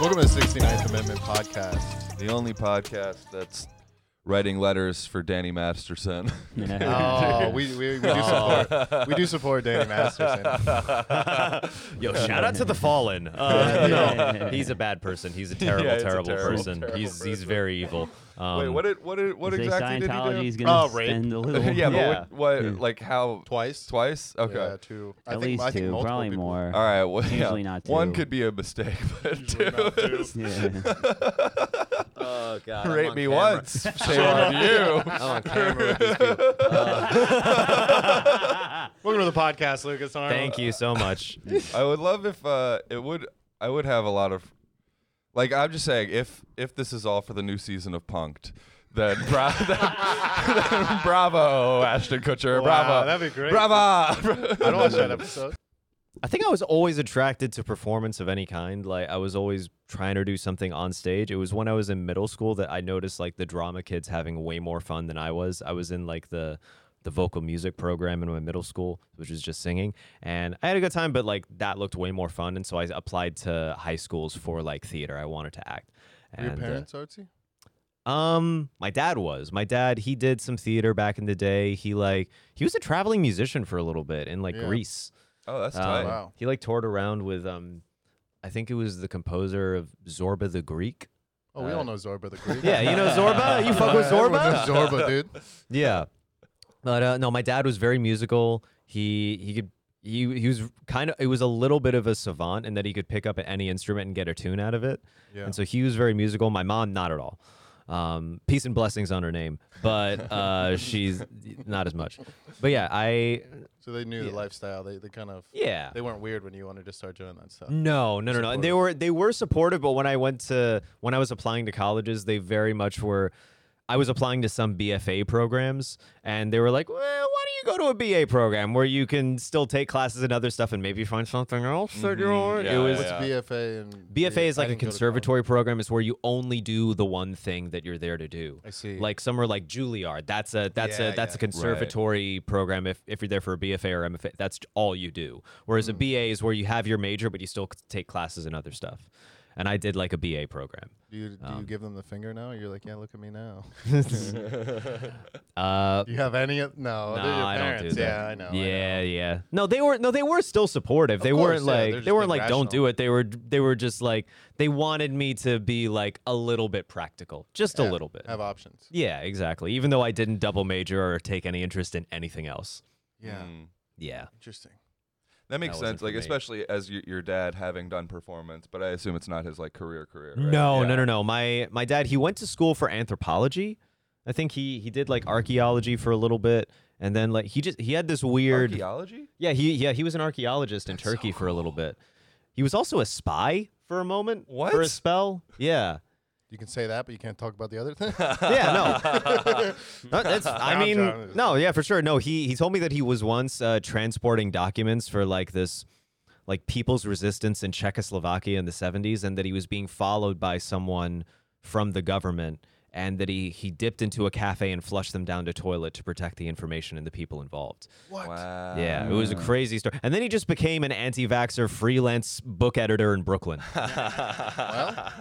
Welcome to the 69th Amendment Podcast, the only podcast that's writing letters for Danny Masterson. Oh, we, we, we do support. We do support Danny Masterson. Yo, shout out to the Fallen. Uh, no, he's a bad person. He's a terrible, Yeah, it's a terrible, terrible, person. terrible he's he's person. very evil. Um, Wait, what did what did what Say exactly did he Scientology's do? gonna Oh, rape. spend a little. yeah, Yeah. but what, what like how Twice. twice? Okay. Yeah, two. I at think, I least think two, multiple probably people. more. All right. Well, yeah. Usually not One two. could be a mistake, but two. Usually not two. is- Yeah. Oh God, Rate me once, shame on you. I'm on camera with these people. Welcome to the podcast, Lucas. Arnold. Thank you so much. I would love if uh, it would. I would have a lot of, like I'm just saying, if if this is all for the new season of Punked, then, bra- then bravo, Ashton Kutcher, Wow, bravo, that'd be great. bravo. I don't watch that episode. I think I was always attracted to performance of any kind. Like I was always trying to do something on stage. It was when I was in middle school that I noticed like the drama kids having way more fun than I was. I was in like the the vocal music program in my middle school, which was just singing, and I had a good time. But like that looked way more fun, and so I applied to high schools for like theater. I wanted to act. Were your And, uh, parents artsy? um, my dad was. My dad, he did some theater back in the day. He like he was a traveling musician for a little bit in like Yeah. Greece. Oh, that's Um, tight. wow. He like toured around with um, I think it was the composer of Zorba the Greek. Oh, we uh, all know Zorba the Greek. Yeah, you know Zorba. You fuck with Uh, everyone knows Zorba. Zorba, dude. Yeah, but uh, no, my dad was very musical. He he could. He, he was kind of it was a little bit of a savant in that he could pick up any instrument and get a tune out of it Yeah. and so he was very musical. My mom, not at all. Um, peace and blessings on her name, but uh, she's not as much. But yeah, I So they knew Yeah. the lifestyle. They, they kind of yeah. Mm-hmm. they weren't weird when you wanted to start doing that stuff. No, no, no, no. And they were they were supportive, but when I went to when I was applying to colleges, they very much were. I was applying to some BFA programs, and they were like, "Well, why don't you go to a BA program where you can still take classes and other stuff, and maybe find something else that you want?" Yeah, it was yeah. What's BFA and BFA is I like a didn't go to college. conservatory program. It's where you only do the one thing that you're there to do. I see. Like somewhere like Juilliard, that's a that's Yeah, a that's a yeah. conservatory program. If if you're there for a BFA or MFA, that's all you do. Whereas a Hmm. BA is where you have your major, but you still c- take classes and other stuff. And I did like a BA program. Do you, do Oh. you give them the finger now? You're like, yeah, look at me now. Uh, Do you have any? of- No, Oh, they're your nah, I don't do parents. that. Yeah, I know. I know. Yeah, yeah. No, they were no, they were still supportive. they course, weren't yeah, like they're they just weren't being like don't do rational. it. They were they were just like they wanted me to be like a little bit practical, just a Yeah, little bit. Have options. Yeah, exactly. Even though I didn't double major or take any interest in anything else. Yeah, Mm. Yeah. interesting. That makes That wasn't sense. Like for me. especially as y- your dad having done performance, but I assume it's not his like career career. right? No, Yeah. no, no, no. My my dad, he went to school for anthropology. I think he he did like archaeology for a little bit and then like he just he had this weird Archaeology? Yeah, he yeah, he was an archaeologist in Turkey for a little bit. He was also a spy for a moment. For What? a spell? Yeah. You can say that, but you can't talk about the other thing. yeah, no. No, that's, I I'm mean, trying to- no, yeah, for sure. No, he he told me that he was once uh, transporting documents for like this, like people's resistance in Czechoslovakia in the '70s, and that he was being followed by someone from the government, and that he he dipped into a cafe and flushed them down to toilet to protect the information and the people involved. what? Wow. Yeah, it was a crazy story. And then he just became an anti-vaxxer freelance book editor in Brooklyn. Well,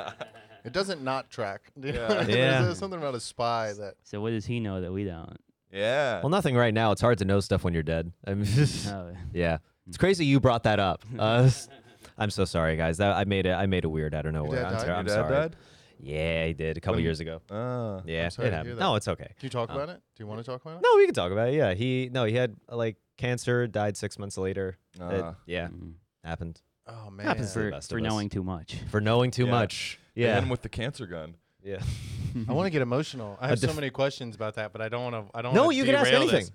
it doesn't not track. You know what I mean? Yeah. There's something about a spy that. So what does he know that we don't? Yeah. well, nothing right now. It's hard to know stuff when you're dead. I mean, Oh, Yeah, Hmm. it's crazy you brought that up. Uh, s- I'm so sorry, guys. That, I made it. I made it weird out of nowhere. dad I'm, died? ter- Your your I'm dad sorry. died? Yeah, he did a couple When- years ago. Ah. Yeah, sorry to it hear happened. that. No, it's okay. Can you talk about it? Do you want to talk about it? No, we can talk about it. Yeah, he no, he had uh, like cancer, died six months later. It- Ah. yeah, Mm. happened Oh man. Happens to the for best for of us. knowing too much. for knowing too Yeah. much. The Yeah, one with the cancer gun. yeah. I want to get emotional. I have so def- many questions about that, but I don't want to. I don't. No, wanna you can ask derail anything. This.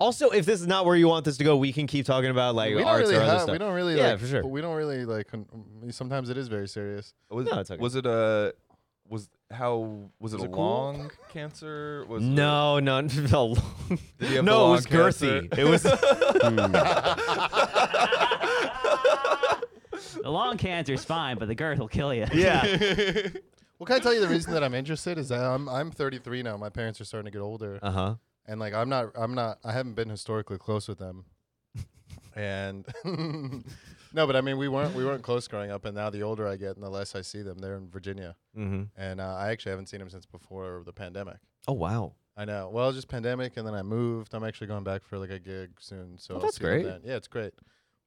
Also, if this is not where you want this to go, we can keep talking about like we don't arts really or other have. stuff. We don't really. Yeah, like, for sure. But we don't really like. Con- sometimes it is very serious. Was, No, it's okay. was it a was how was it Was a it cool? long cancer? Was it- No, no, no. Did he have the no, it long was cancer? girthy. It was. the lung cancer's fine, but the girth will kill you. Yeah. Well, can I tell you the reason that I'm interested is that I'm I'm 33 now. My parents are starting to get older, Uh huh. and like I'm not I'm not I haven't been historically close with them, and No, but I mean, we weren't we weren't close growing up, and now the older I get and the less I see them. They're in Virginia, Mm-hmm. and uh, I actually haven't seen them since before the pandemic. Oh wow. I know. Well, just pandemic, and then I moved. I'm actually going back for like a gig soon, so Oh, I'll that's see them great. then. Yeah, it's great.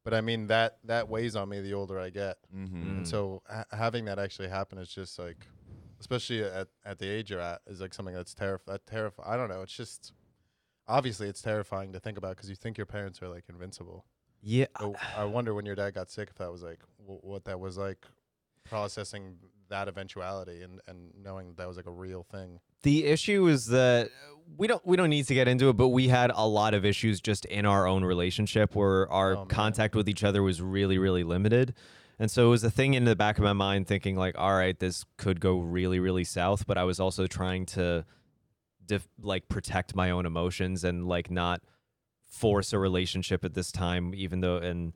But I mean that that weighs on me the older I get, Mm-hmm. Mm. and so ha- having that actually happen is just like, especially at, at the age you're at, is like something that's terrifying. That terrif- I don't know. It's just obviously it's terrifying to think about because you think your parents are like invincible. Yeah. So I wonder when your dad got sick if that was like w- what that was like processing that eventuality and and knowing that, that was like a real thing. The issue is that we don't we don't need to get into it, but we had a lot of issues just in our own relationship where our Oh, man. contact with each other was really really limited. And so it was a thing in the back of my mind thinking like, all right, this could go really really south, but I was also trying to dif- like protect my own emotions and like not force a relationship at this time even though and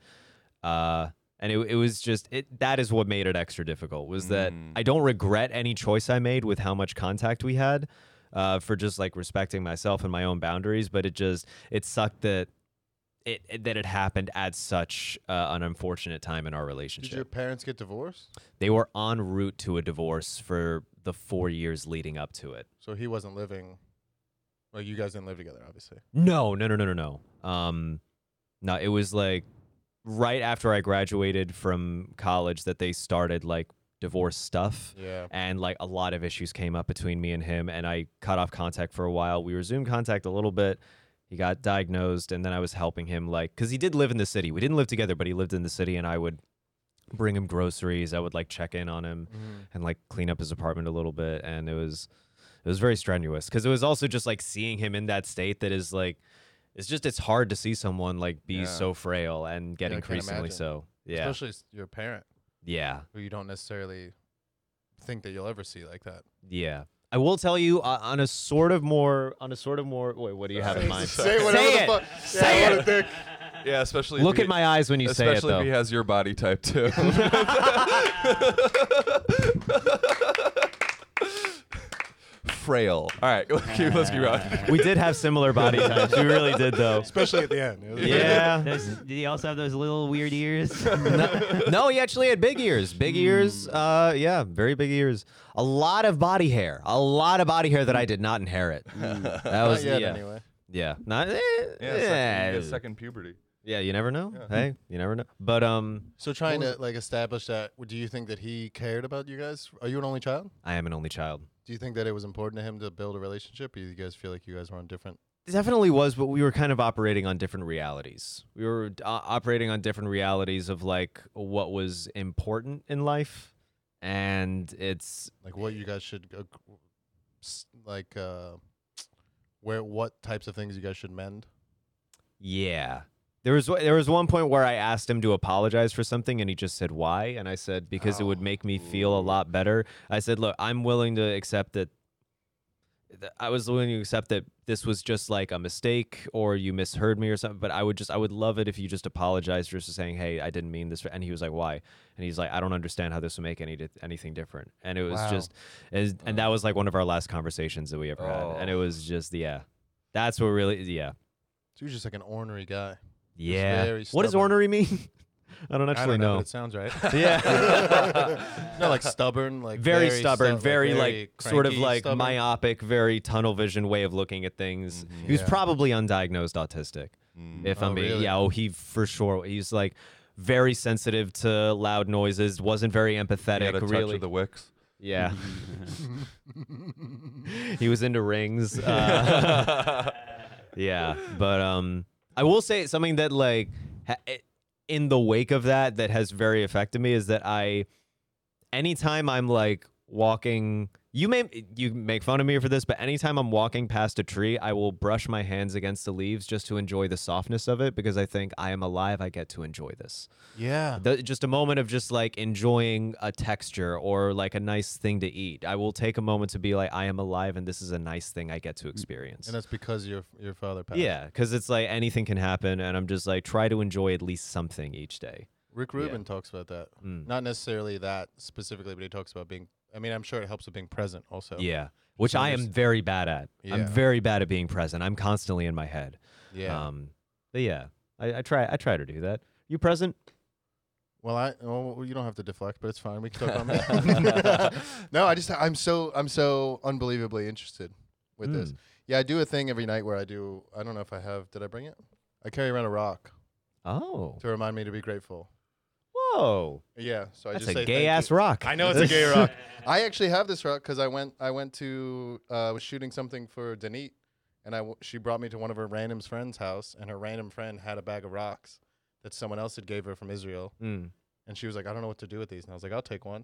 uh and it, it was just it that is what made it extra difficult was that Mm. i don't regret any choice i made with how much contact we had uh for just like respecting myself and my own boundaries but it just it sucked that it, it- that it happened at such uh, an unfortunate time in our Did your relationship parents get divorced? they were en route to a divorce for the four years leading up to it So he wasn't living. Well, you guys didn't live together, obviously. No, no, no, no, no, no. Um, no, it was like right after I graduated from college that they started like divorce stuff. Yeah. And like a lot of issues came up between me and him, and I cut off contact for a while. We resumed contact a little bit. He got diagnosed, and then I was helping him, like, because he did live in the city. We didn't live together, but he lived in the city, and I would bring him groceries. I would like check in on him and like clean up his apartment a little bit and it was it was very strenuous because it was also just like seeing him in that state that is like it's just it's hard to see someone like be Yeah. so frail and get Yeah, I can't increasingly imagine. so yeah Especially s- your parent, yeah who you don't necessarily think that you'll ever see like that. yeah i will tell you uh, on a sort of more on a sort of more wait what do you have in mind Say whatever Say the it. fuck. Say yeah, it. what a dick. Yeah, especially if look he- at my eyes when you say it especially though if he has your body type too. Frail. All right, keep, let's keep going. we did have similar body types we really did though Especially at the end. It was- yeah Those, did he also have those little weird ears? no he actually had big ears big ears uh yeah very big ears a lot of body hair a lot of body hair that i did not inherit that Not was yet, yeah. anyway. Yeah. Not, eh, Yeah, yeah. second, second puberty. Yeah, you never know. Hey, you never know. But um So trying to like establish that. w- Do you think that he cared about you guys? Are you an only child? I am an only child. Do you think that it was important to him to build a relationship? Or you guys feel like you guys were on different? It definitely was, but we were kind of operating on different realities. We were uh, operating on different realities of like what was important in life and it's like what you guys should ag- s- like uh where what types of things you guys should mend Yeah. There was there was one point where I asked him to apologize for something and he just said why and I said because it would make me feel a lot better. I said, "Look, I'm willing to accept that th- I was willing to accept that this was just like a mistake or you misheard me or something, but I would just I would love it if you just apologized just for saying, "Hey, I didn't mean this." And he was like, "Why?" And he's like, "I don't understand how this would make any di- anything different." And it was Wow. just and, and that was like one of our last conversations that we ever had. And it was just yeah. That's what really yeah. so you're just like an ornery guy Yeah. very What does stubborn. ornery mean? I don't actually i don't know, but know. it sounds right Yeah. no like stubborn like very, stubborn, stu- very like, sort of cranky, like stubborn. myopic, very tunnel vision way of looking at things. He was Mm-hmm. Yeah. probably undiagnosed autistic. If Oh, I'm being, really? yeah, oh, he for sure. He's like very sensitive to loud noises. Wasn't very He had a empathetic. touch Really, of the Wicks. yeah. he was into rings. Uh, yeah, but um, I will say something that like ha- it- in the wake of that that has very affected me is that I, anytime I'm like walking, you may you make fun of me for this, but anytime I'm walking past a tree, I will brush my hands against the leaves just to enjoy the softness of it because I think I am alive. I get to enjoy this. yeah The, just a moment of just like enjoying a texture or like a nice thing to eat. I will take a moment to be like, I am alive and this is a nice thing I get to experience. and that's because your your father passed Yeah, because it's like anything can happen, and I'm just like try to enjoy at least something each day. rick rubin talks about that Mm. not necessarily that specifically but he talks about being i mean i'm sure it helps with being present also Yeah, which I am there's- very bad at. Yeah. I'm very bad at being present. I'm constantly in my head. yeah Um, but yeah, I, I try. I try to do that. You present? Well, I well, you don't have to deflect, but it's fine. We can talk about that. no, I just I'm so I'm so unbelievably interested with Hmm. Mm. this. Yeah, I do a thing every night where I do. I don't know if I have. Did I bring it? I carry around a rock Oh, to remind me to be grateful. whoa, Yeah, so I that's just a say gay thank ass you. rock. I know it's a gay rock. I actually have this rock because I went I went to uh, was shooting something for Denise, and I w- she brought me to one of her random friend's house, and her random friend had a bag of rocks that someone else had gave her from Israel, Mm. and she was like, I don't know what to do with these, and I was like, I'll take one.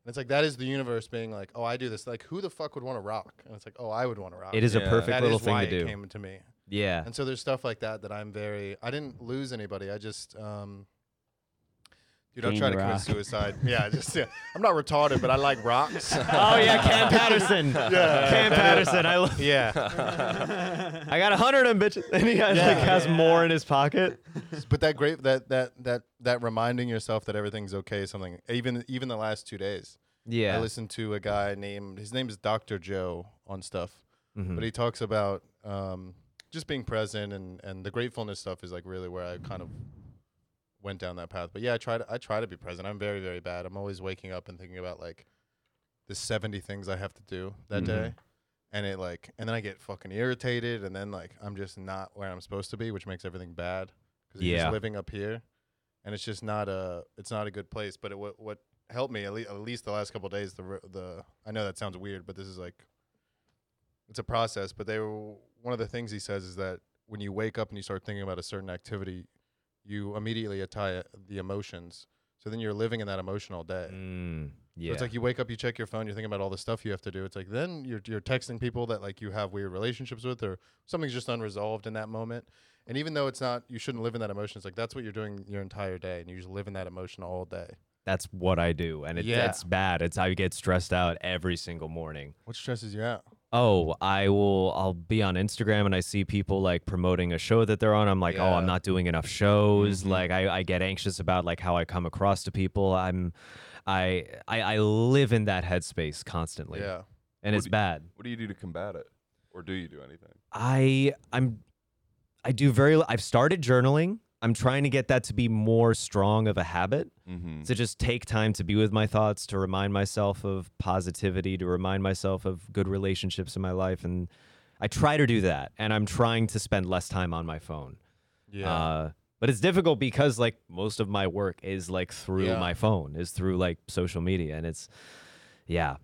And it's like that is the universe being like, oh, I do this. Like, who the fuck would want a rock? And it's like, oh, I would want a rock. It is Yeah. a perfect That little is thing why to do. it came to me. Yeah. And so there's stuff like that that I'm very. I didn't lose anybody. I just. um Dude, I'll Gained try a to commit rock. suicide. Yeah, I just yeah. I'm not retarded, but I like rocks. oh yeah, Cam Patterson. Yeah. Cam Patterson. I love. yeah, I got a hundred of them bitches, and he has, like, has more in his pocket. but that great that that that that reminding yourself that everything's okay. is Something even even the last two days. I Yeah. listened to a guy named his name is Doctor Joe on stuff, Mm-hmm. but he talks about um, just being present and and the gratefulness stuff is like really where I kind of went down that path. But yeah, I try to I try to be present. I'm very very bad. I'm always waking up and thinking about like the 70 things I have to do that Mhm. day. And it like and then I get fucking irritated and then like I'm just not where I'm supposed to be, which makes everything bad cuz you're Yeah. just living up here and it's just not a it's not a good place, but it, what what helped me at, le- at least the last couple of days the re- the I know that sounds weird, but this is like it's a process, but they were one of the things he says is that when you wake up and you start thinking about a certain activity, you immediately tie the emotions. So then you're living in that emotion all day. Mm, So yeah. it's like you wake up, you check your phone, you're thinking about all the stuff you have to do. It's like then you're you're texting people that like you have weird relationships with or something's just unresolved in that moment. And even though it's not you shouldn't live in that emotion, it's like that's what you're doing your entire day and you just live in that emotion all day. that's what I do, and it, Yeah. it's bad. It's how you get stressed out every single morning. What stresses you out? oh i will i'll be on instagram and i see people like promoting a show that they're on i'm like oh i'm Yeah. Mm-hmm. not doing enough shows like I, I get anxious about like how i come across to people i'm i i, I live in that headspace constantly Yeah. What and it's do you- bad What do you do to combat it, or do you do anything? I I'm I do very li- I've started journaling. I'm trying to get that to be more strong of a habit. Mm-hmm. Mm-hmm. To just take time to be with my thoughts, to remind myself of positivity, to remind myself of good relationships in my life and I try to do that and I'm trying to spend less time on my phone. Yeah. Uh but it's difficult because like most of my work is like through Yeah. my phone, is through like social media and it's yeah.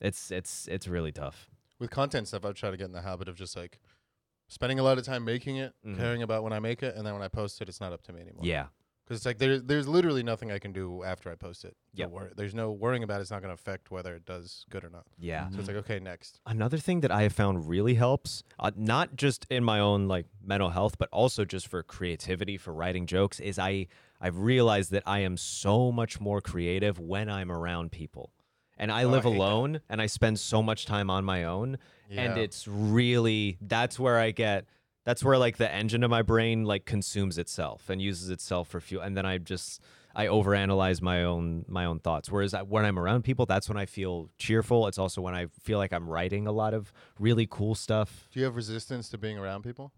It's it's it's really tough. with content stuff, I've tried to get in the habit of just like spending a lot of time making it, Mhm. caring about when I make it, and then when I post it, it's not up to me anymore. Yeah. because it's like there's there's literally nothing I can do after I post it. to Yep. wor- there's no worrying about it. it's not going to affect whether it does good or not. Yeah. So it's like okay, next. another thing that I have found really helps, uh, not just in my own like mental health, but also just for creativity, for writing jokes, is I I've realized that I am so much more creative when I'm around people. And I Oh, I live hate that. alone and I spend so much time on my own. And Yeah. it's really that's where I get that's where like the engine of my brain like consumes itself and uses itself for fuel. And then I just I overanalyze my own my own thoughts. Whereas I, when I'm around people, that's when I feel cheerful. It's also when I feel like I'm writing a lot of really cool stuff. Do you have resistance to being around people?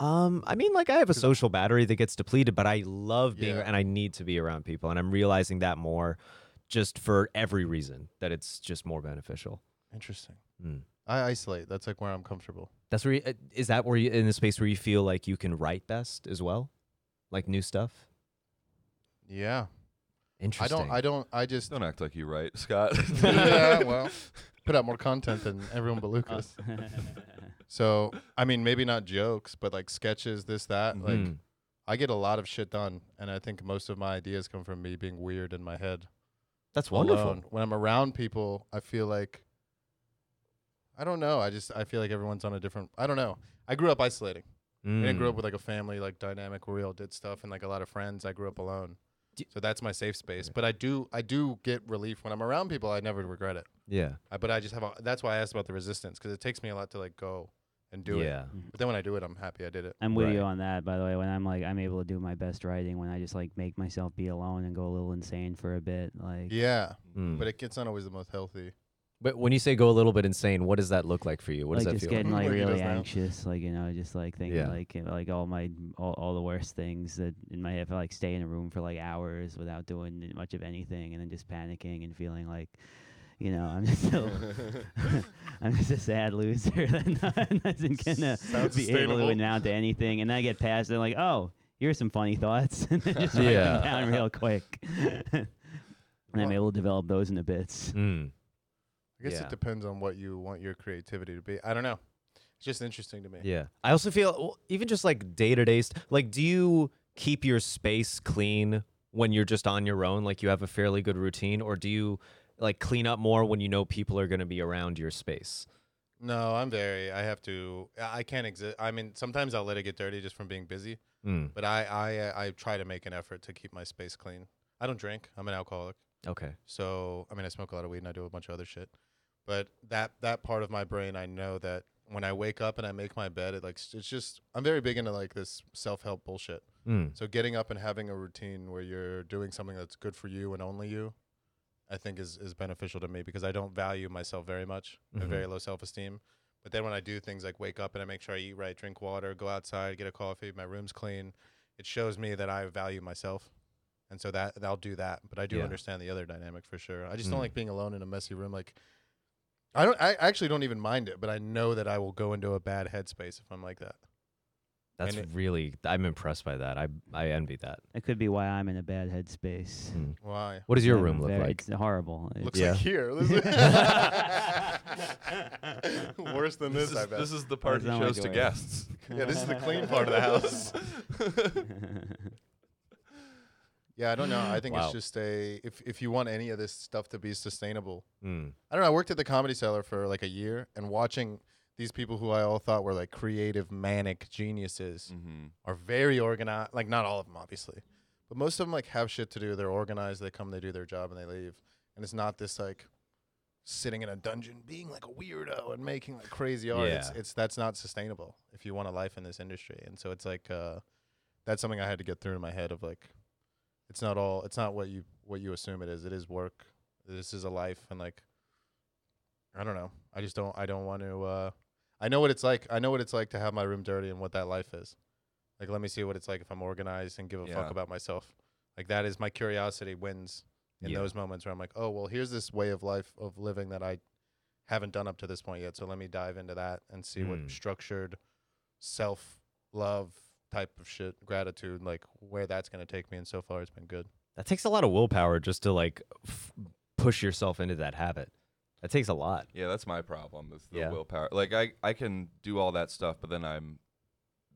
Um, I mean, like I have a social battery that gets depleted, but I love being Yeah. and I need to be around people, and I'm realizing that more, just for every reason that it's just more beneficial. Interesting. Mm. I isolate. That's like where I'm comfortable. That's where you, uh, is that where you in the space where you feel like you can write best as well, like new stuff. Yeah. I Interesting. don't. I don't. I just Don't act like you write, Scott. Yeah, well. put out more content than everyone but Lucas. so I mean, maybe not jokes, but like sketches, this that. Like Mhm. I get a lot of shit done, and I think most of my ideas come from me being weird in my head. That's wonderful. alone. um, When I'm around people, I feel like I don't know. I just I feel like everyone's on a different. I don't know. I grew up isolating. I didn't grow up Mm. with like a family like dynamic where we all did stuff and like a lot of friends. I grew up alone, Do- so that's my safe space. But I do I do get relief when I'm around people. I never regret it. yeah. I, but I just have a, that's why I asked about the resistance because it takes me a lot to like go and do it. yeah. But then when I do it, I'm happy I did it. I'm with you Right. on that, by the way. When I'm like, I'm able to do my best writing when I just like make myself be alone and go a little insane for a bit. Like, Yeah, Mm. but it, it's not always the most healthy. But when you say go a little bit insane, what does that look like for you? What like does that just feel getting like? like Like he really does now. anxious, like you know, just like thinking Yeah. like like all my all, all the worst things that in my head, if I like stay in a room for like hours without doing much of anything, and then just panicking and feeling like, you know, I'm just so I'm just a sad loser that isn't gonna Sounds be able to sustainable. amount to anything, and I get past it like, oh, here's some funny thoughts, and then just write Yeah. them down real quick, and Well- I'm able to develop those into bits. Mm. I guess Yeah. it depends on what you want your creativity to be. I don't know. It's just interesting to me. Yeah. I also feel well, even just like day to day, st- like, do you keep your space clean when you're just on your own? Like, you have a fairly good routine, or do you like clean up more when you know people are going to be around your space? No, I'm very. I have to. I I can't exist. I mean, sometimes I'll let it get dirty just from being busy, Mm. but I, I, uh, I try to make an effort to keep my space clean. I don't drink. I'm an alcoholic, Okay. so I mean, I smoke a lot of weed and I do a bunch of other shit. But that that part of my brain, I know that when I wake up and I make my bed, it like s- it's just. I'm very big into like this self help bullshit. Mm. So getting up and having a routine where you're doing something that's good for you and only you, I think is is beneficial to me because I don't value myself very much. I have Mhm. very low self esteem. But then when I do things like wake up and I make sure I eat right, drink water, go outside, get a coffee, my room's clean, it shows me that I value myself. And so that I'll do that. But I do Yeah. understand the other dynamic for sure. I just don't Mm. like being alone in a messy room. Like I don't I actually don't even mind it, but I know that I will go into a bad headspace if I'm like that. That's And it- really, I'm impressed by that. I, I envy that. That could be why I'm in a bad headspace. Mm. Why? What does your I'm room look very- like? It's horrible. It- Looks Yeah. like here. This is- Worse than this, This I is, bet. this is the part he sound like shows the to way. guests. yeah, this is the clean part of the house. yeah, I don't know. I think Wow. it's just a if if you want any of this stuff to be sustainable. Mm. I don't know. I worked at the Comedy Cellar for like a year, and watching these people who I all thought were like creative manic geniuses Mhm. are very organized. Like not all of them, obviously, but most of them like have shit to do. They're organized. They come, they do their job, and they leave. And it's not this like sitting in a dungeon, being like a weirdo and making like crazy art. It's, Yeah. it's that's not sustainable if you want a life in this industry. And so it's like uh, that's something I had to get through in my head of like, it's not all. It's not what you what you assume it is. It is work. This is a life, and like, I don't know. I just don't. I don't want to. Uh, I know what it's like. I know what it's like to have my room dirty and what that life is. Like, let me see what it's like if I'm organized and give a Yeah. fuck about myself. Like that is my curiosity wins in Yeah. those moments where I'm like, oh well, here's this way of life of living that I haven't done up to this point yet. So let me dive into that and see Hmm. what structured self love type of shit, gratitude, like where that's gonna take me. And so far, it's been good. That takes a lot of willpower just to like f- push yourself into that habit. That takes a lot. Yeah, that's my problem. Is the Yeah. willpower. Like I, I can do all that stuff, but then I'm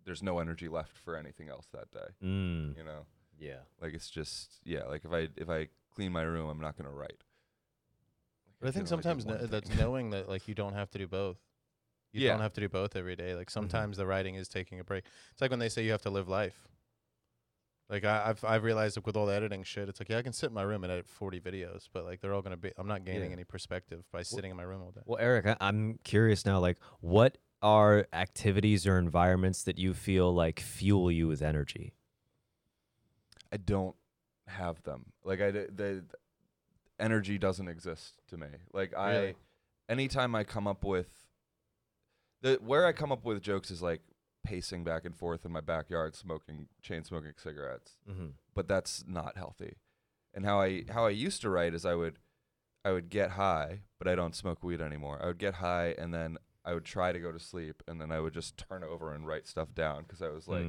there's no energy left for anything else that day. Mm. You know, Yeah. like it's just yeah. Like if I if I clean my room, I'm not gonna write. But I think can only do sometimes one kn- that's thing. knowing that like you don't have to do both. You Yeah. don't have to do both every day. Like sometimes the writing is taking a break. It's like when they say you have to live life. Like I, I've I've realized like with all the editing shit, it's like yeah, I can sit in my room and edit forty videos, but like they're all gonna be. I'm not gaining Yeah. any perspective by sitting in my room all day. Well, Eric, I- I'm curious now. Like, what are activities or environments that you feel like fuel you with energy? I don't have them. Like I, d- the energy doesn't exist to me. Like I, Really? anytime I come up with, the where I come up with jokes is like pacing back and forth in my backyard, smoking chain smoking cigarettes. Mm-hmm. but that's not healthy. And how I how I used to write is I would I would get high, but I don't smoke weed anymore. I would get high and then I would try to go to sleep and then I would just turn over and write stuff down because I Hmm. was like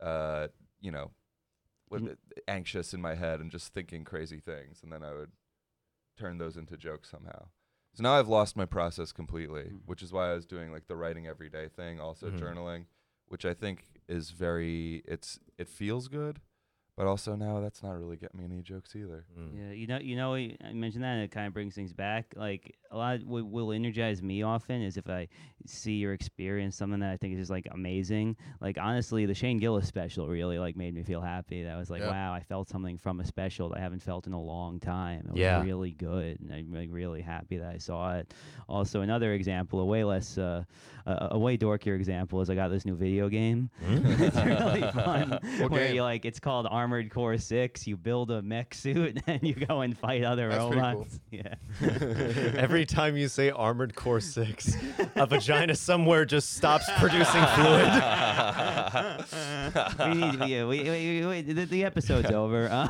uh, you know, what, Mm. anxious in my head and just thinking crazy things and then I would turn those into jokes somehow. So now I've lost my process completely, Mm. which is why I was doing like the writing every day thing, also Mhm. journaling, which I think is very it's it feels good, but also now that's not really getting me any jokes either. Mm. Yeah, you know, you know, I I mentioned that, and it kind of brings things back. Like a lot, what will energize me often is if I see or experience something that I think is just like amazing. Like honestly, the Shane Gillis special really like made me feel happy. That I was like, Yeah. wow, I felt something from a special that I haven't felt in a long time. It was Yeah. really good, and I'm like really happy that I saw it. Also, another example, a way less, uh, a, a way Hmm. dorkier example is I got this new video game. it's really fun. What where game? you like, it's called Arm Armored Core Six, you build a mech suit and you go and fight other That's pretty cool. robots. Yeah. Every time you say Armored Core 6, a vagina somewhere just stops producing fluid. we need we, uh, we, we, we, the, the episode's over. Uh,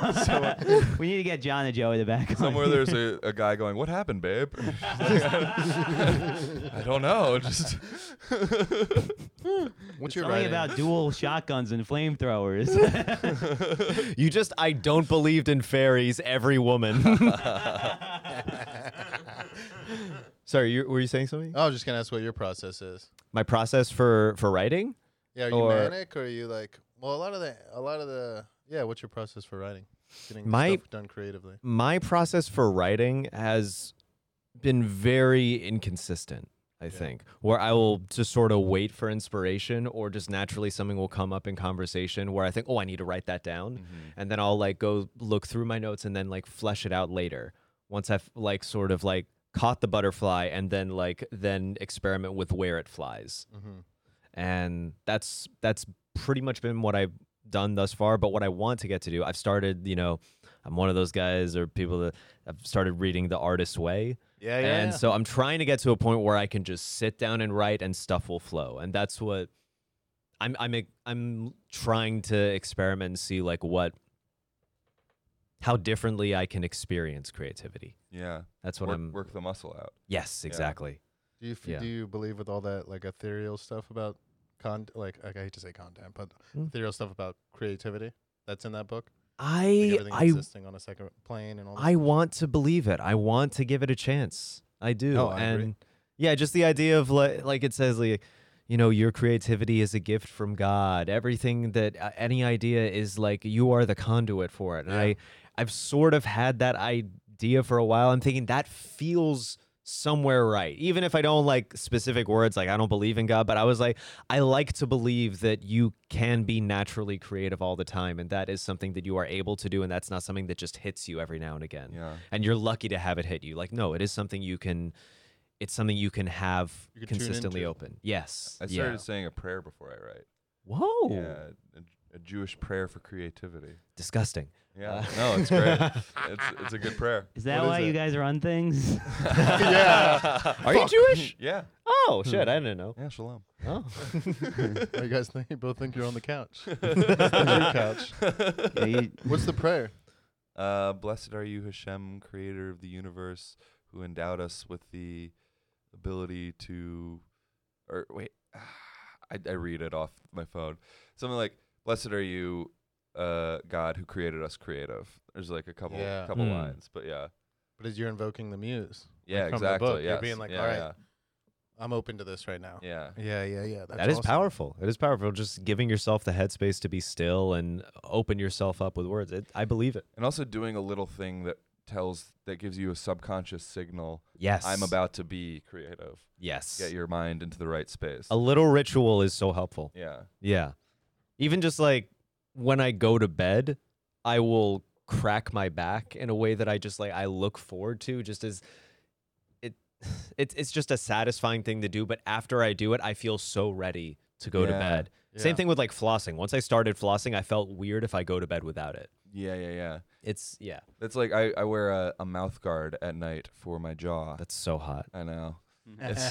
we need to get John and Joey to back on. Somewhere there's a, a guy going, "What happened, babe?" I don't know. Just What's it's your only writing? about dual shotguns and flamethrowers. You just, I don't believed in fairies, every woman. Sorry, you, were you saying something? I was just gonna ask what your process is. My process for, for writing? Yeah, are you Or- manic or are you like? Well, a lot of the, a lot of the, yeah. What's your process for writing? Getting My- stuff done creatively. my process for writing has been very inconsistent i think where i will just sort of wait for inspiration or just naturally something will come up in conversation where i think oh i need to write that down and then i'll like go look through my notes and then like flesh it out later once i've like sort of like caught the butterfly and then like then experiment with where it flies Mm-hmm. and that's that's pretty much been what I've done thus far. But what I want to get to do, I've started. You know, I'm one of those guys or people that I've started reading the artist's way. Yeah, And so I'm trying to get to a point where I can just sit down and write, and stuff will flow. And that's what I'm. I'm. ex- I'm trying to experiment and see like what, how differently I can experience creativity. yeah, That's what work, I'm. work the muscle out. Yes, exactly. do you f- yeah. do you believe with all that like ethereal stuff about con like, like I hate to say content, but Mm. ethereal stuff about creativity that's in that book. Like I. everything I. existing on a second plane and all. That I want to believe it. I want to give it a chance. I do. No, Oh, I and agree. yeah, just the idea of like, like it says, like, you know, your creativity is a gift from God. Everything that uh, any idea is like you are the conduit for it. And I, I've sort of had that idea for a while. I'm thinking that feels somewhere right. Even if I don't like specific words, like I don't believe in God, but I was like, I like to believe that you can be naturally creative all the time. And that is something that you are able to do. And that's not something that just hits you every now and again Yeah, and you're lucky to have it hit you. Like, no, it is something you can. It's something you can have You can tune consistently into. open. Yes. I started yeah. saying a prayer before I write. Whoa. Yeah, a, a Jewish prayer for creativity. Disgusting. Yeah, Uh, no, it's great. it's it's a good prayer. Is that What is why you it? guys run things? yeah. Are you Jewish? Yeah, Oh shit, I didn't know. yeah, shalom. Oh. Are you guys think you both think you're on the couch? It's not your couch. Yeah, you- What's the prayer? Uh, blessed are you, Hashem, creator of the universe, who endowed us with the ability to. Or wait, I, I read it off my phone. Something like, Blessed are you, uh, God, who created us creative. There's like a couple Yeah. couple Hmm. lines, but yeah. But as you're invoking the muse, Yeah, from the exactly. book, you're yes. being like, yeah, "All right, yeah, I'm open to this right now. yeah. Yeah, yeah, yeah. That's That is awesome. powerful. It is powerful. Just giving yourself the headspace to be still and open yourself up with words. It, I believe it. And also doing a little thing that tells, that gives you a subconscious signal, Yes. I'm about to be creative. Yes. Get your mind into the right space. a little ritual is so helpful. yeah. Yeah. Even just like when I go to bed, I will crack my back in a way that I just like I look forward to just as it it's it's just a satisfying thing to do, but after I do it, I feel so ready to go to Yeah. bed. Same Yeah. thing with like flossing. Once I started flossing, I felt weird if I go to bed without it. Yeah, yeah, yeah. It's yeah. That's like I, I wear a, a mouth guard at night for my jaw. That's so hot. I know. It's,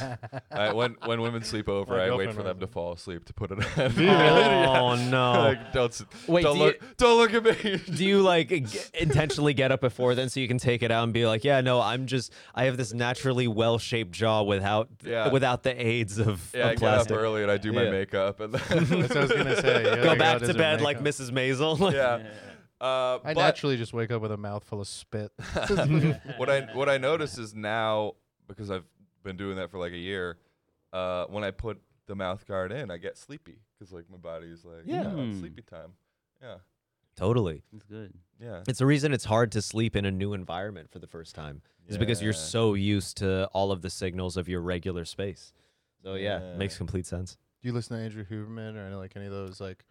I, when when women sleep over, My I wait girlfriend for them wears to fall asleep to put it on. Oh no. like, don't s- Wait, don't do you- look don't look at me. Do you like g- intentionally get up before then so you can take it out and be like, yeah, no, I'm just I have this naturally well shaped jaw without Yeah. without the aids of, yeah, I of get up plastic. early and I do my Yeah. makeup and then That's what I was gonna say. Yeah, Go like, how back does to it bed make like up? Mrs. Maisel. yeah. Uh, I but naturally just wake up with a mouthful of spit. what I what I notice is now because I've been doing that for like a year, uh, when I put the mouth guard in, I get sleepy because like my body is like yeah, Yeah. it's Hmm. sleepy time. Yeah, totally. That's good. yeah. It's the reason it's hard to sleep in a new environment for the first time. Is because you're Yeah. so used to all of the signals of your regular space. So yeah, Yeah. makes complete sense. Do you listen to Andrew Huberman or any like any of those like,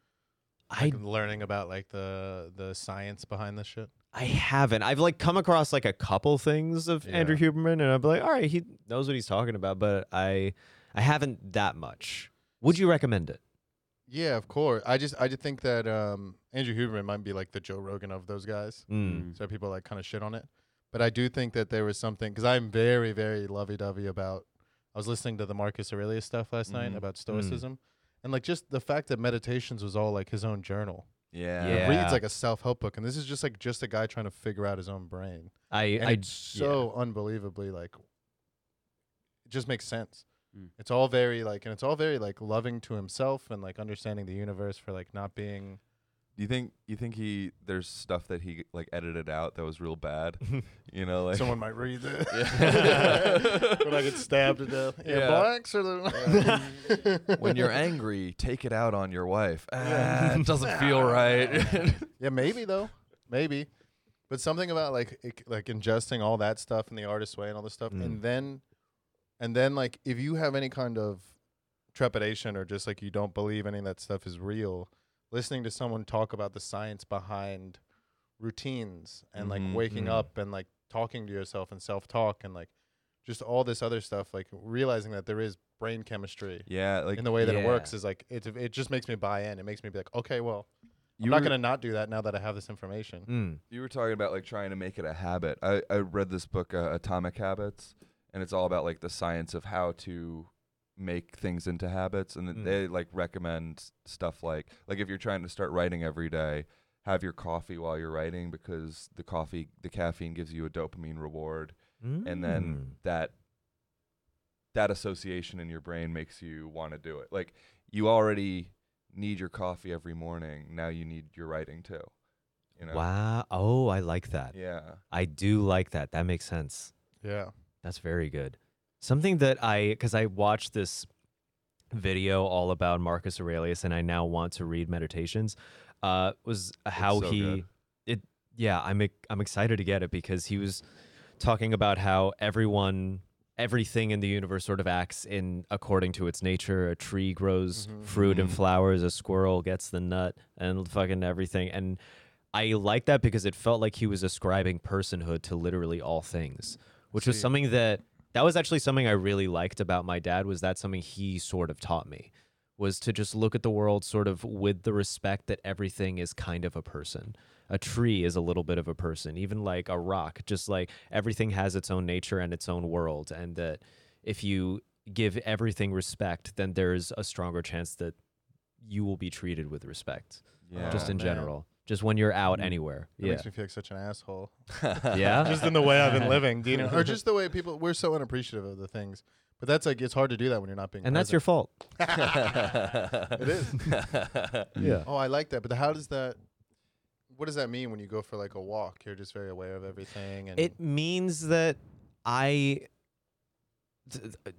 I like learning about like the the science behind this shit? I haven't. I've like come across like a couple things of Yeah. Andrew Huberman, and I'm like, all right, he knows what he's talking about, but I, I haven't that much. Would you recommend it? Yeah, of course. I just I just think that um, Andrew Huberman might be like the Joe Rogan of those guys. Hmm. Mm. Mm-hmm. So people like kind of shit on it. But I do think that there was something because I'm very very lovey dovey about. I was listening to the Marcus Aurelius stuff last Mhm. night about Stoicism, and like just the fact that Meditations was all like his own journal. Yeah. Yeah. It reads like a self help book, and this is just like just a guy trying to figure out his own brain. I And I it's so unbelievably like it just makes sense. Mm. It's all very like and it's all very like loving to himself and like understanding the universe for like not being Do you think you think he there's stuff that he like edited out that was real bad? You know, like someone might read this. Yeah. when I get stabbed to death. Yeah, Yeah. blacks or the when you're angry, take it out on your wife. Yeah. Ah, it doesn't feel right. Yeah, maybe though. Maybe. But something about like it, like ingesting all that stuff in the artist way and all this stuff, Mm. and then, and then like if you have any kind of trepidation or just like you don't believe any of that stuff is real, listening to someone talk about the science behind routines and Mhm, like waking mm. up and like talking to yourself and self talk and like just all this other stuff, like realizing that there is brain chemistry yeah, like in the way that it yeah. works is like it. It just makes me buy in. It makes me be like, okay, well. you I'm not were- gonna not do that now that I have this information. Mm. You were talking about like trying to make it a habit. I, I read this book, uh, Atomic Habits, and it's all about like the science of how to make things into habits. And Mm. they like recommend s- stuff like like if you're trying to start writing every day, have your coffee while you're writing because the coffee, the caffeine gives you a dopamine reward, and Mm. then Hmm. that that association in your brain makes you want to do it. Like you already need your coffee every morning. Now you need your writing too. You know? wow. Oh, I like that. Yeah. I do like that. That makes sense. Yeah. That's very good. Something that I, because I watched this video all about Marcus Aurelius, and I now want to read Meditations. Uh, was how so he, good. it, yeah, I'm ex- I'm excited to get it because he was talking about how everyone, everything in the universe sort of acts in according to its nature. A tree grows Mhm. fruit and Mhm. flowers. A squirrel gets the nut, and fucking everything. And I like that because it felt like he was ascribing personhood to literally all things, which was See. something that that was actually something I really liked about my dad was that something he sort of taught me was to just look at the world sort of with the respect that everything is kind of a person. A tree is a little bit of a person, even like a rock, just like everything has its own nature and its own world and that if you give everything respect, then there's a stronger chance that you will be treated with respect Yeah. just Oh, in man. general. Just when you're out Mm. anywhere. It yeah. makes me feel like such an asshole. yeah. just in the way I've been living, do you know? Or just the way people we're so unappreciative of the things. But that's like it's hard to do that when you're not being and that's your fault. it is. Yeah. Oh, I like that. But how does that what does that mean when you go for like a walk? You're just very aware of everything and It means that I. th- th-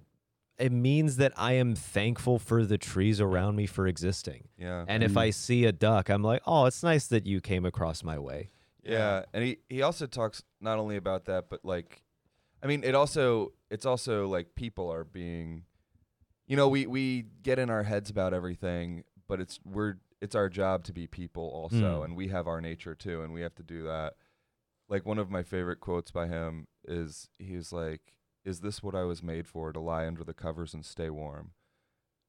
It means that I am thankful for the trees around me for existing. Yeah. And if Mm. I see a duck, I'm like, oh, it's nice that you came across my way. yeah. And he, he also talks not only about that, but like, I mean, it also, it's also like people are being, you know, we, we get in our heads about everything, but it's, we're, it's our job to be people also. Mm. And we have our nature too. And we have to do that. Like one of my favorite quotes by him is he was like, is this what I was made for to lie under the covers and stay warm?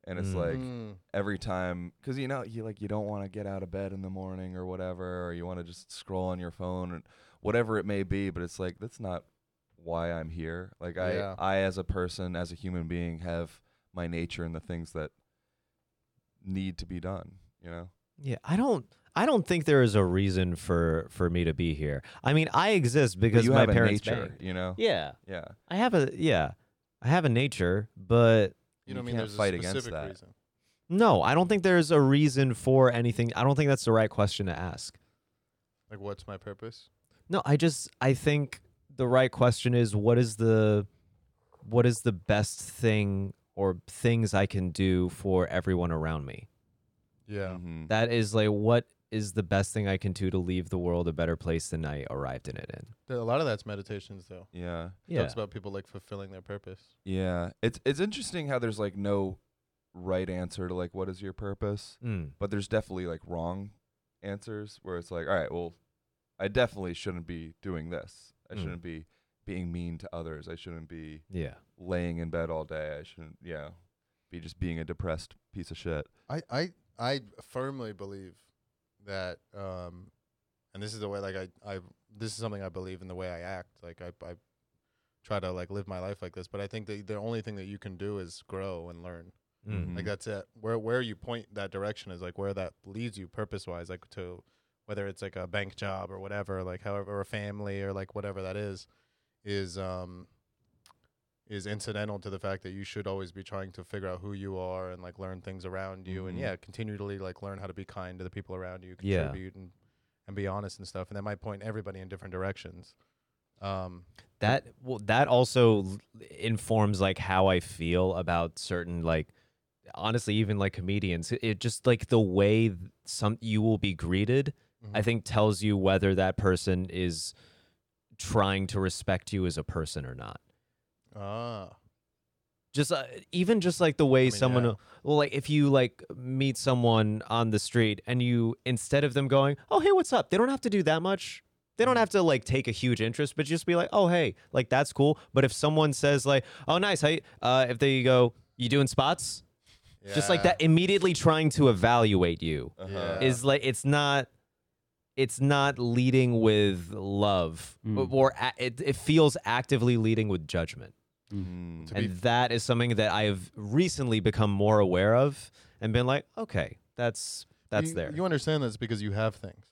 And it's Mm. like, Mm. every time because you know you like you don't want to get out of bed in the morning or whatever or you want to just scroll on your phone and whatever it may be but it's like that's not why i'm here like i Yeah. i as a person as a human being have my nature and the things that need to be done you know Yeah, I don't. I don't think there is a reason for for me to be here. I mean, I exist because you my have parents. a nature banged. you know Yeah, yeah I have a yeah, I have a nature, but you know what I you mean can't there's fight a against specific that. reason. no, I don't think there's a reason for anything. I don't think that's the right question to ask. Like what's my purpose? No, I just I think the right question is what is the what is the best thing or things I can do for everyone around me? Yeah. Mhm. That is like what is the best thing I can do to leave the world a better place than I arrived in it in. There- A lot of that's meditations though. yeah It talks about people like fulfilling their purpose. yeah it's it's interesting how there's like no right answer to like what is your purpose Mm. but there's definitely like wrong answers where it's like, all right, well, I definitely shouldn't be doing this. I Mm. shouldn't be being mean to others. I shouldn't be Yeah. laying in bed all day. I shouldn't, yeah, be just being a depressed piece of shit. I, I I firmly believe that, um, and this is the way like I, I this is something I believe in the way I act. Like I, I try to like live my life like this. But I think that the only thing that you can do is grow and learn. Mm. Mhm. Mm-hmm. Like that's it. Where where you point that direction is like where that leads you purpose wise. Like to whether it's like a bank job or whatever, like however or a family or like whatever that is, is um is incidental to the fact that you should always be trying to figure out who you are and like learn things around you and Mhm. yeah, continually like learn how to be kind to the people around you, Mm-hmm. Yeah. contribute and and be honest and stuff. And that might point everybody in different directions. Um that well, that also l- informs like how I feel about certain like honestly even like comedians it, it just like the way th- some you will be greeted I Mhm. think tells you whether that person is trying to respect you as a person or not ah just uh, even just like the way mean, someone yeah. well like if you like meet someone on the street and you instead of them going oh hey what's up they don't have to do that much they Mm. don't have to like take a huge interest but just be like oh hey like that's cool but if someone says like oh nice hey uh, if they go you doing spots just like yeah. that immediately trying to evaluate you Uh-huh. Yeah. is like it's not it's not leading with love Mm. or a- it, it feels actively leading with judgment Mm-hmm. Mm. To be and that is something that I have recently become more aware of and been like, okay, that's that's you, there. You understand that's because you have things.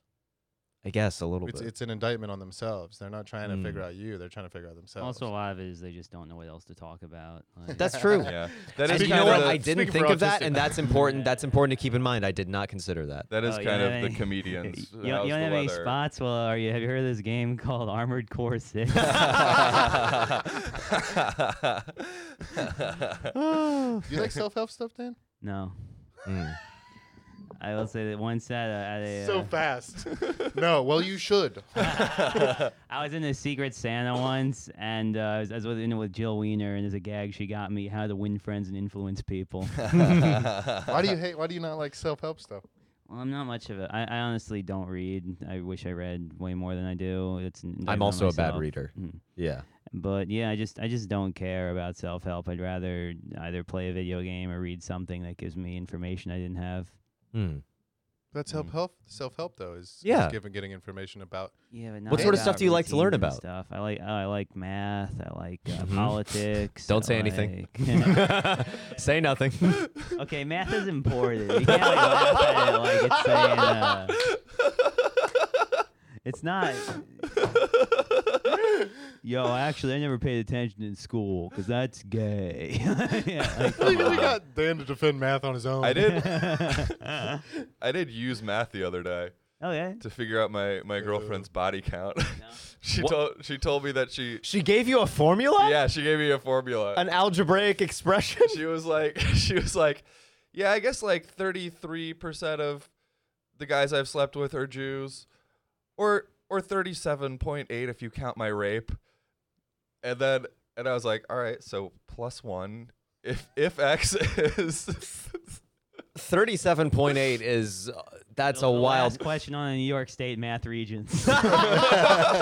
I guess a little It's, bit. it's an indictment on themselves. They're not trying to figure Mm. out you. They're trying to figure out themselves. Also, a lot of it is they just don't know what else to talk about. Like, that's true. Yeah. That is And you Speaking kind know of what? the- I didn't speaking think for of that, autistic and that's important. That's important to keep in mind. I did not consider that. that is Oh, you kind don't of have the any- comedians. you don't, you don't have any spots. Well, are you? Have you heard of this game called Armored Core Six? Do you like self help stuff, Dan? no, Mm. I will say that once at a, at a uh, fast. no, well, you should. I was in a Secret Santa once, and uh, I was, I was with, in it with Jill Wiener, and there's a gag she got me: how to win friends and influence people. Why do you hate? Why do you not like self help stuff? well, I'm not much of a. I, I honestly don't read. I wish I read way more than I do. It's an indictment I'm on also a bad myself. reader. Mm. Yeah. But yeah, I just I just don't care about self help. I'd rather either play a video game or read something that gives me information I didn't have. Hmm. Mm. That's Mm. self help. Self help though is Yeah. is giving getting information about. Yeah, but not What sort of about stuff do you like to learn routines and about? Stuff I like. I like math. I like uh, Mhm. politics. Don't I say anything. like- Say nothing. Okay, math is important. You can't like, laugh at it like it's saying. Uh, it's not. Yo, actually, I never paid attention in school because that's gay. yeah, like, I think come we on. got Dan to defend math on his own. I did. I did use math the other day okay. to figure out my, my girlfriend's body count. she Wha- told she told me that she she gave you a formula? yeah she gave me a formula. An algebraic expression? she was like she was like yeah i guess like 33% of the guys i've slept with are jews or or 37.8 if you count my rape and then and i was like all right so plus 1 if if x is 37.8 is uh, that's a The wild last question on the New York State math regions.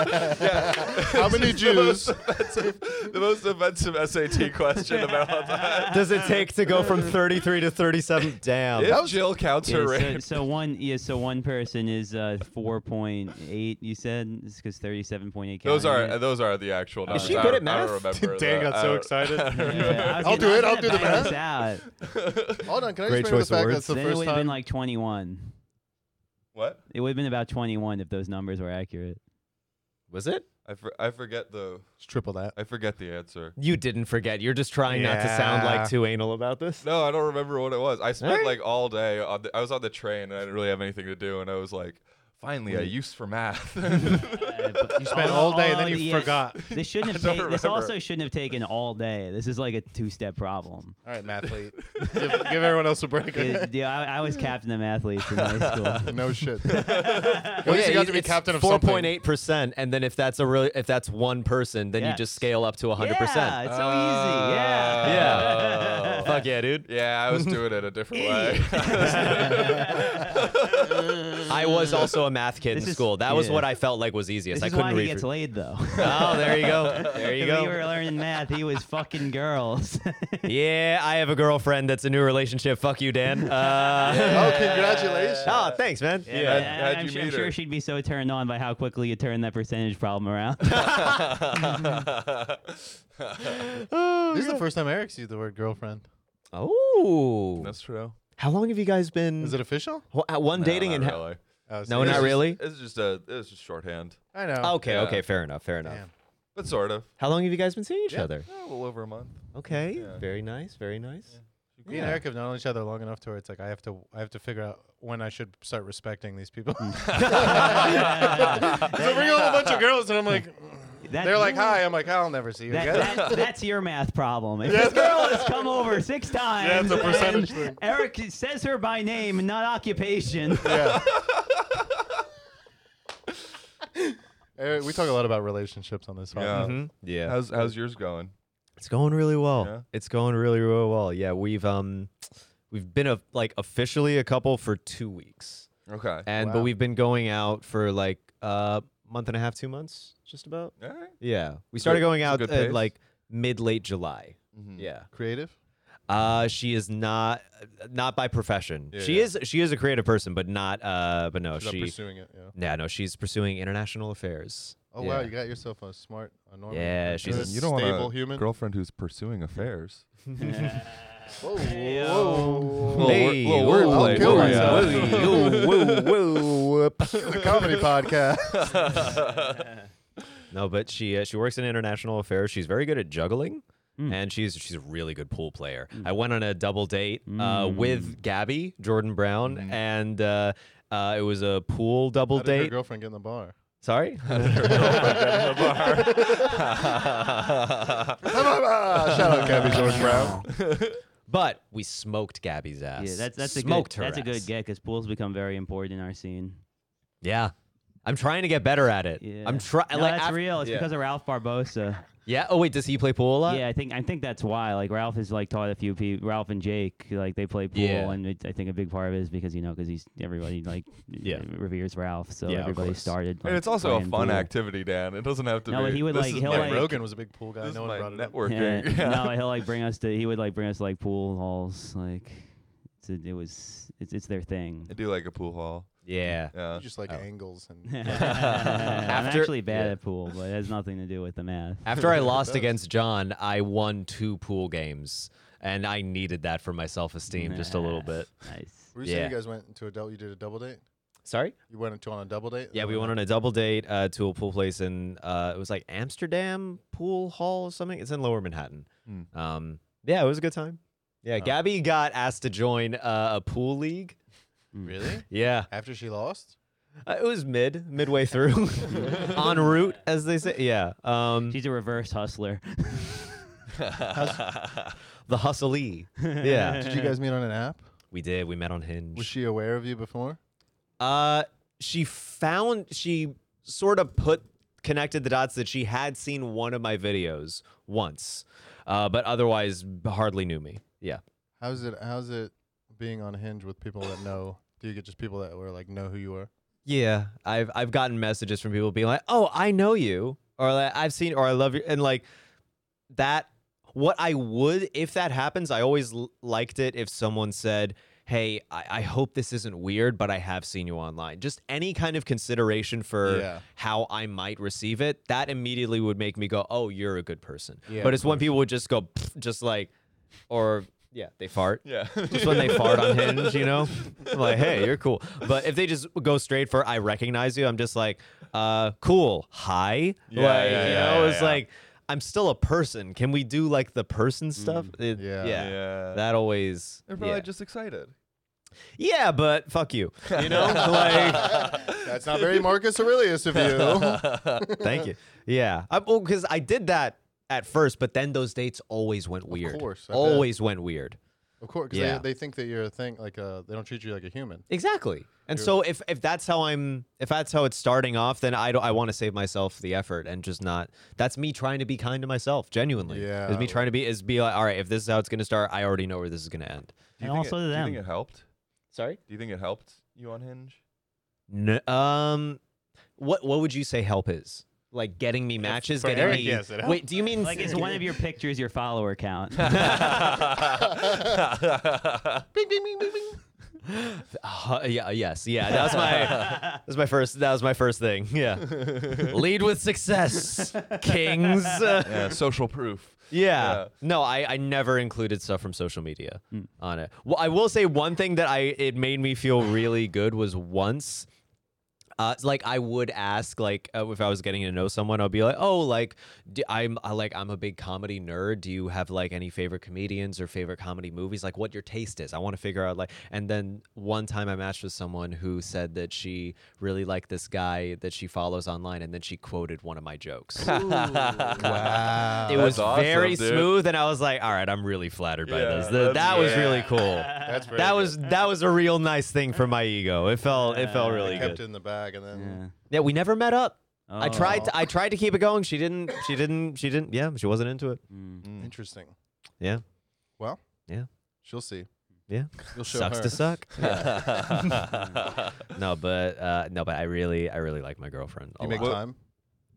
How many Jews? the most offensive SAT question about all time. does it take to go from 33 to 37? Damn. If Jill counts Yeah, her so, rape, so one, yeah, so one person is uh, four point eight. You said because thirty-seven point eight. those are uh, those are the actual numbers. she I good don't- at I don't math? remember. Uh, Dan the- got I so don't- excited. Yeah, I was uh, I'll gonna- do I it, was I'll gonna do the balance math. Out. Hold on. Can I Great just bring up choice the of fact words. that's the then it first would have time? been like twenty-one. What? It would have been about 21 if those numbers were accurate. Was it? I, for, I forget the it's triple that. I forget the answer. You didn't forget. You're just trying not to sound Yeah. like too anal about this. No, I don't remember what it was. I spent Alright. like all day on the, I was on the train and I didn't really have anything to do and I was like, finally a use for math. Uh, but- You spent although- all day and then although Oh, you the- forgot. This shouldn't have. don't taken this remember. also shouldn't have taken all day. This is like a two-step problem. All right, mathlete. give, give everyone else a break. Yeah, yeah, I, I was captain of athletes in high school. no shit. At least you got to be it's captain of something. 4.8%, and then if that's a really if that's one person, then you Yeah. just scale up to 100%. Yeah, it's so Uh, easy. Yeah. Yeah. Oh. Fuck yeah, dude. yeah, I was doing it a different way. I was also a math kid This in is- school. That was yeah. what I felt like was easiest. This I is couldn't why read. he gets for- laid though. oh, there you go. There you If go. We were learning math. He was fucking girls. yeah, I have a girlfriend that's a new relationship. Fuck you, Dan. Oh, Uh, congratulations! oh, thanks, man. Yeah, how'd- man, how'd I- I'm, you sure, I'm meet sure her? she'd be so turned on by how quickly you turn that percentage problem around. this is the first time Eric's used the word girlfriend. Oh. That's true. How long have you guys been Is it official? Ho- at one dating no, and not ho- really. Oh, so No, this not is- really. It's just a it's just shorthand, I know. Okay, Yeah. okay, fair enough, fair enough. Damn. but sort of. How long have you guys been seeing each Yeah, other? yeah, a little over a month. Okay, Yeah. very nice, very nice. Me and Eric have known each other long enough to where it's like I have to I have to figure out when I should start respecting these people. Mm. That- so bring home a bunch of girls and I'm like, that- they're like, hi. I'm like, I'll never see you again. That, that, that's your math problem. If this girl has come over six times, it's a percentage and thing. Eric says her by name, not occupation. yeah. Eric, we talk a lot about relationships on this podcast. Yeah. Mhm. Yeah. How's how's yours going? It's going really well. Yeah? It's going really, really well. Yeah, we've um we've been a, like officially a couple for 2 weeks. Okay. And Wow. but we've been going out for like a uh, month and a half, 2 months just about. All right. Yeah. We started Good- going it's a out good at pace. like mid late July. Yeah. Creative. Uh, she is not not by profession. Yeah, she yeah. is she is a creative person, but not uh, but no, She's not she pursuing it. Yeah. yeah, no, she's pursuing international affairs. Oh yeah. wow, you got yourself a smart, a normal, Yeah, a she's a- good, You don't want stable a human. girlfriend who's pursuing affairs. Whoa, Hey, whoa. Hey, little oh, wor- little wordplay for whoa, whoa, whoa. a comedy podcast. No, but she uh, she works in international affairs. She's very good at juggling, Hmm. and she's she's a really good pool player. I went on a double date uh, Hmm. with Gabby Jordan Brown, Hmm. and uh, uh, it was a pool double How did your date. girlfriend get in the bar? Sorry, ah, Shout out Gabby George Brown. but we smoked Gabby's ass. Yeah, that's that's a good smoked her that's a good ass. get because pools become very important in our scene. Yeah. I'm trying to get better at it. Yeah, I'm trying. No, like, that's af- real. It's yeah. because of Ralph Barbosa. Yeah. Oh wait, does he play pool a lot? Yeah, I think I think that's why. Like Ralph has like taught a few people. Ralph and Jake, like they play pool, Yeah. and it, I think a big part of it is because you know because he's everybody like Yeah. reveres Ralph, so Yeah, of everybody course. started. Like, And it's also a playing fun pool. activity, Dan. It doesn't have to No, be. but he would, this like, is he'll, my- Like, like- Rogan was a big pool guy. this No is one my brought it up. Yeah, networking. Yeah. No, he'll like bring us to. He would like bring us to, like pool halls. Like it's a, it was it's it's their thing. I do like a pool hall. Yeah. Yeah. You just like Oh. angles I'm and After- actually bad yeah. at pool, but it has nothing to do with the math. After I lost does. against John, I won two pool games, and I needed that for my self-esteem just a little bit. Nice. were you saying Yeah. you guys went to a double you did a double date? Sorry. You went into on a double date? Yeah, we went on a double date uh, to a pool place in uh, it was like Amsterdam pool hall or something. It's in Lower Manhattan. Um, yeah, it was a good time. Yeah, Gabby got asked to join uh, a pool league. Really? Yeah, After she lost? Uh, it was mid midway through, en route, as they say. Yeah. Um, She's a reverse hustler. the hustlee. Yeah, Did you guys meet on an app? we did. We met on Hinge. Was she aware of you before? uh, she found she sort of put connected the dots that she had seen one of my videos once, uh, but otherwise hardly knew me. Yeah. How's it how's it being on hinge with people that know do you get just people that were like know who you are? Yeah, I've I've gotten messages from people being like, "Oh, I know you," or like, "I've seen," or "I love you," and like that. What I would, if that happens, I always l- liked it if someone said, "Hey, I, I hope this isn't weird, but I have seen you online." Just any kind of consideration for Yeah. how I might receive it. That immediately would make me go, "Oh, you're a good person." Yeah, but of it's when people would just go, "Pfft," just like, or yeah, they fart Yeah. just when they fart on hinge, you know? I'm like, hey, you're cool. But if they just go straight for I recognize you, I'm just like, uh, cool. Hi. Yeah, like, yeah, you yeah, know, yeah, it's yeah. like I'm still a person. Can we do like the person stuff? It- Yeah. yeah. Yeah. That always They're probably yeah. just excited. Yeah, but fuck you. You know? like That's not very Marcus Aurelius of you. thank you. Yeah. I, well, cuz I did that at first, but then those dates always went weird. course, I bet. always went weird. of course, 'cause Yeah. they, they think that you're a thing like uh they don't treat you like a human. Exactly. And so if if that's how I'm if that's how it's starting off, then I don't I want to save myself the effort and just not that's me trying to be kind to myself, genuinely. Is Yeah. me trying to be is be like, all right, if this is how it's gonna start, I already know where this is gonna end. Do you And think also it, to Do you them. think it helped? Sorry? Do you think it helped you on Hinge? No, um, what what would you say help is? Like getting me matches, for getting Eric, me. yes, it Wait, do you mean Like, is one of your pictures your follower count? Bing, bing, bing, bing, bing. Uh, yeah, yes, yeah. That was my that was my first that was my first thing. Yeah, lead with success, kings. yeah, social proof. Yeah. Yeah. No, I, I never included stuff from social media on it. Well, I will say one thing that I it made me feel really good was once uh, it's like I would ask, like uh, if I was getting to know someone, I'd be like, "Oh, like d I'm, I like I'm a big comedy nerd. Do you have like any favorite comedians or favorite comedy movies? Like what your taste is? I want to figure out like." And then one time I matched with someone who said that she really liked this guy that she follows online, and then she quoted one of my jokes. Wow. it That's was awesome, very dude. smooth, and I was like, "All right, I'm really flattered by Yeah, this. Th- that's- that was yeah. really cool." That's very That good. was that was a real nice thing for my ego. It felt it felt really kept good. it in the bag and then Yeah. Yeah, we never met up. I Oh. tried to I tried to keep it going. She didn't she didn't she didn't yeah, she wasn't into it. Mm. interesting. Yeah. Well, Yeah. she'll see. Yeah. You'll show Sucks her. to suck. no, but uh no, but I really I really like my girlfriend a You make lot. time.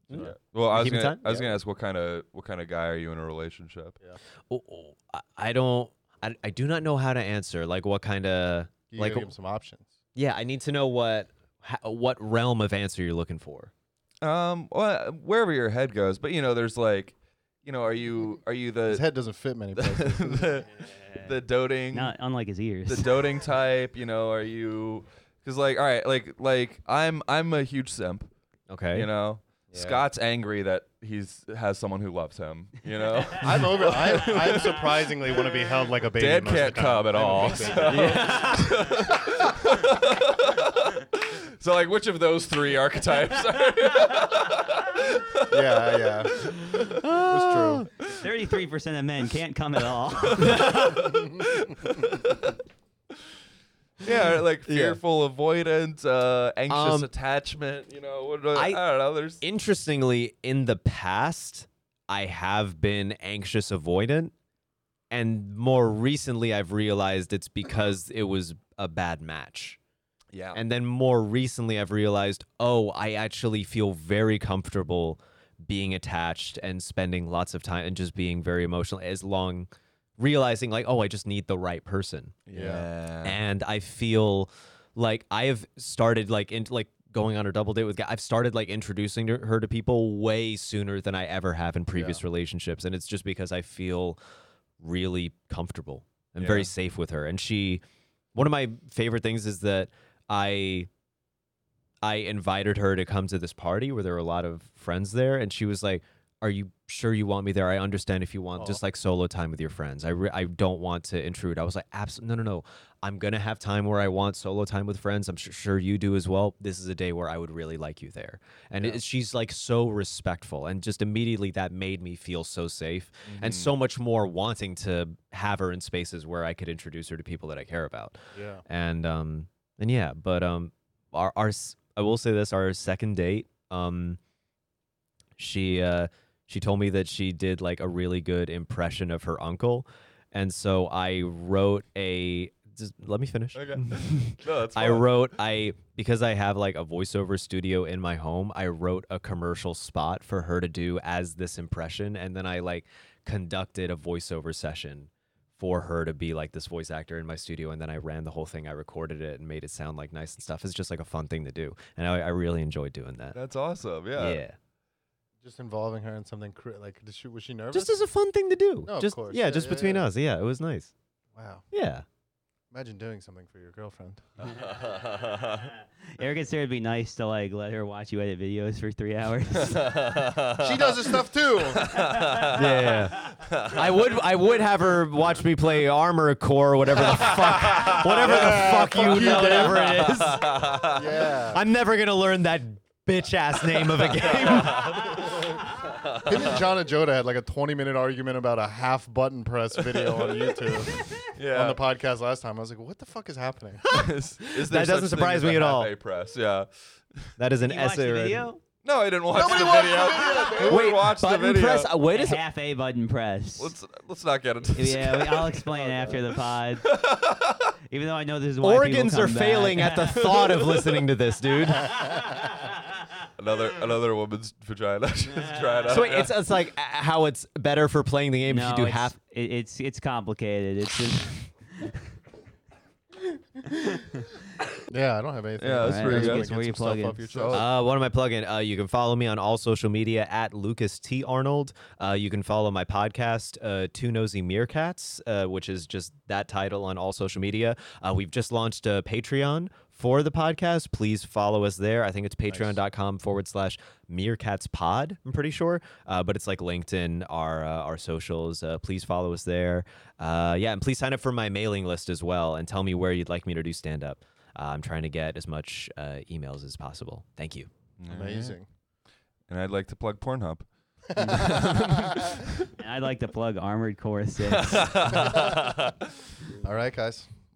Yeah. Well, I was Keeping gonna, time? I was Yeah. gonna ask what kind of what kind of guy are you in a relationship? Oh, oh, I- I don't I, I do not know how to answer like what kind of You Like- give him some options. yeah, I need to know what ho- what realm of answer you're looking for. Um, well, wherever your head goes, but you know, there's like, you know, are you are you His the head doesn't fit many places. the, the doting Not unlike his ears. the doting type? You know, are you? Because like, all right, like like I'm I'm a huge simp. Okay. You know, Yeah. Scott's angry that he's has someone who loves him. You know, I'm over. I'm, I'm surprisingly want to be held like a baby. Dad most of can't the time. come at I'm a all. big So. baby. so like, which of those three archetypes? Are yeah, yeah. That's Ah. true. Thirty-three percent of men can't come at all. Yeah, like fearful avoidance, uh, anxious Um, attachment. You know, what, do I, I- I don't know. There's interestingly, in the past, I have been anxious avoidant. And more recently, I've realized it's because it was a bad match. yeah, And then more recently, I've realized, oh, I actually feel very comfortable being attached and spending lots of time and just being very emotional as long realizing, like, oh, I just need the right person yeah, and I feel like I have started like into like going on a double date with guy. I've started like introducing to- her to people way sooner than I ever have in previous relationships, and it's just because I feel really comfortable and very Yeah. safe with her. And she, one of my favorite things is that I. I invited her to come to this party where there were a lot of friends there, and she was like, "Are you sure you want me there? I understand if you want just like solo time with your friends. I re- I don't want to intrude." I was like, "Absolutely, no, no, no. I'm gonna have time where I want solo time with friends. I'm su- sure you do as well. This is a day where I would really like you there." And it, she's like so respectful, and just immediately that made me feel so safe and so much more wanting to have her in spaces where I could introduce her to people that I care about Yeah. and um and yeah but um our our s- i will say this our second date um she uh she told me that she did like a really good impression of her uncle and so i wrote a just let me finish Okay. No, that's I fine. wrote I because I have like a voiceover studio in my home. I wrote a commercial spot for her to do as this impression, and then I like conducted a voiceover session for her to be like this voice actor in my studio, and then I ran the whole thing. I recorded it and made it sound like nice and stuff. It's just like a fun thing to do, and I, I really enjoyed doing that. That's awesome. Yeah. Yeah. Just involving her in something cr- like did she, was she nervous? just as a fun thing to do. No, of just course. yeah, Yeah, just yeah, between yeah. us. Yeah, it was nice. wow. Yeah. Imagine doing something for your girlfriend. Eric said it'd be nice to like let her watch you edit videos for three hours. she does her stuff too. yeah, yeah. I would I would have her watch me play Armor Core, whatever the fuck, whatever Yeah, the fuck, fuck you, you, know, dude. whatever it is. yeah. I'm never gonna learn that bitch ass name of a game. Him and John and Joda had like a 20 minute argument about a half button press video on YouTube yeah. on the podcast last time. I was like, what the fuck is happening? is, is there That doesn't such thing surprise as a me at all. half-day Press. Yeah. that is an you watched essay. the writing. video? No, I didn't watch Nobody the watched video. the video, dude. Who Wait, watched the button video. press. Uh, wait a A second. half A button press. Let's let's not get into this. yeah, we- I'll explain after the pod. Even though I know this is why people Oh, Organs are come failing back. at the thought of listening to this, dude. Another another woman's vagina just dried up. So wait, yeah. it's it's like uh, how it's better for playing the game no, if you do it's, half. It, it's it's complicated. It's just, Yeah, I don't have anything. Yeah, that's Right, pretty good. that's good. Where you plug in. Oh. Uh, what am I plugging? Uh, you can follow me on all social media at Lucas T Arnold. Uh, you can follow my podcast, uh, Two Nosy Meerkats, uh, which is just that title on all social media. Uh, we've just launched a Patreon for the podcast. Please follow us there. I think it's patreon.com forward slash Meerkats Pod. I'm pretty sure, uh, but it's like LinkedIn, our uh, our socials. Uh, please follow us there. Uh, yeah, and please sign up for my mailing list as well, and tell me where you'd like me to do stand up. Uh, I'm trying to get as much uh, emails as possible. Thank you. Amazing. And I'd like to plug Pornhub. I'd like to plug Armored Core Six. All right, guys.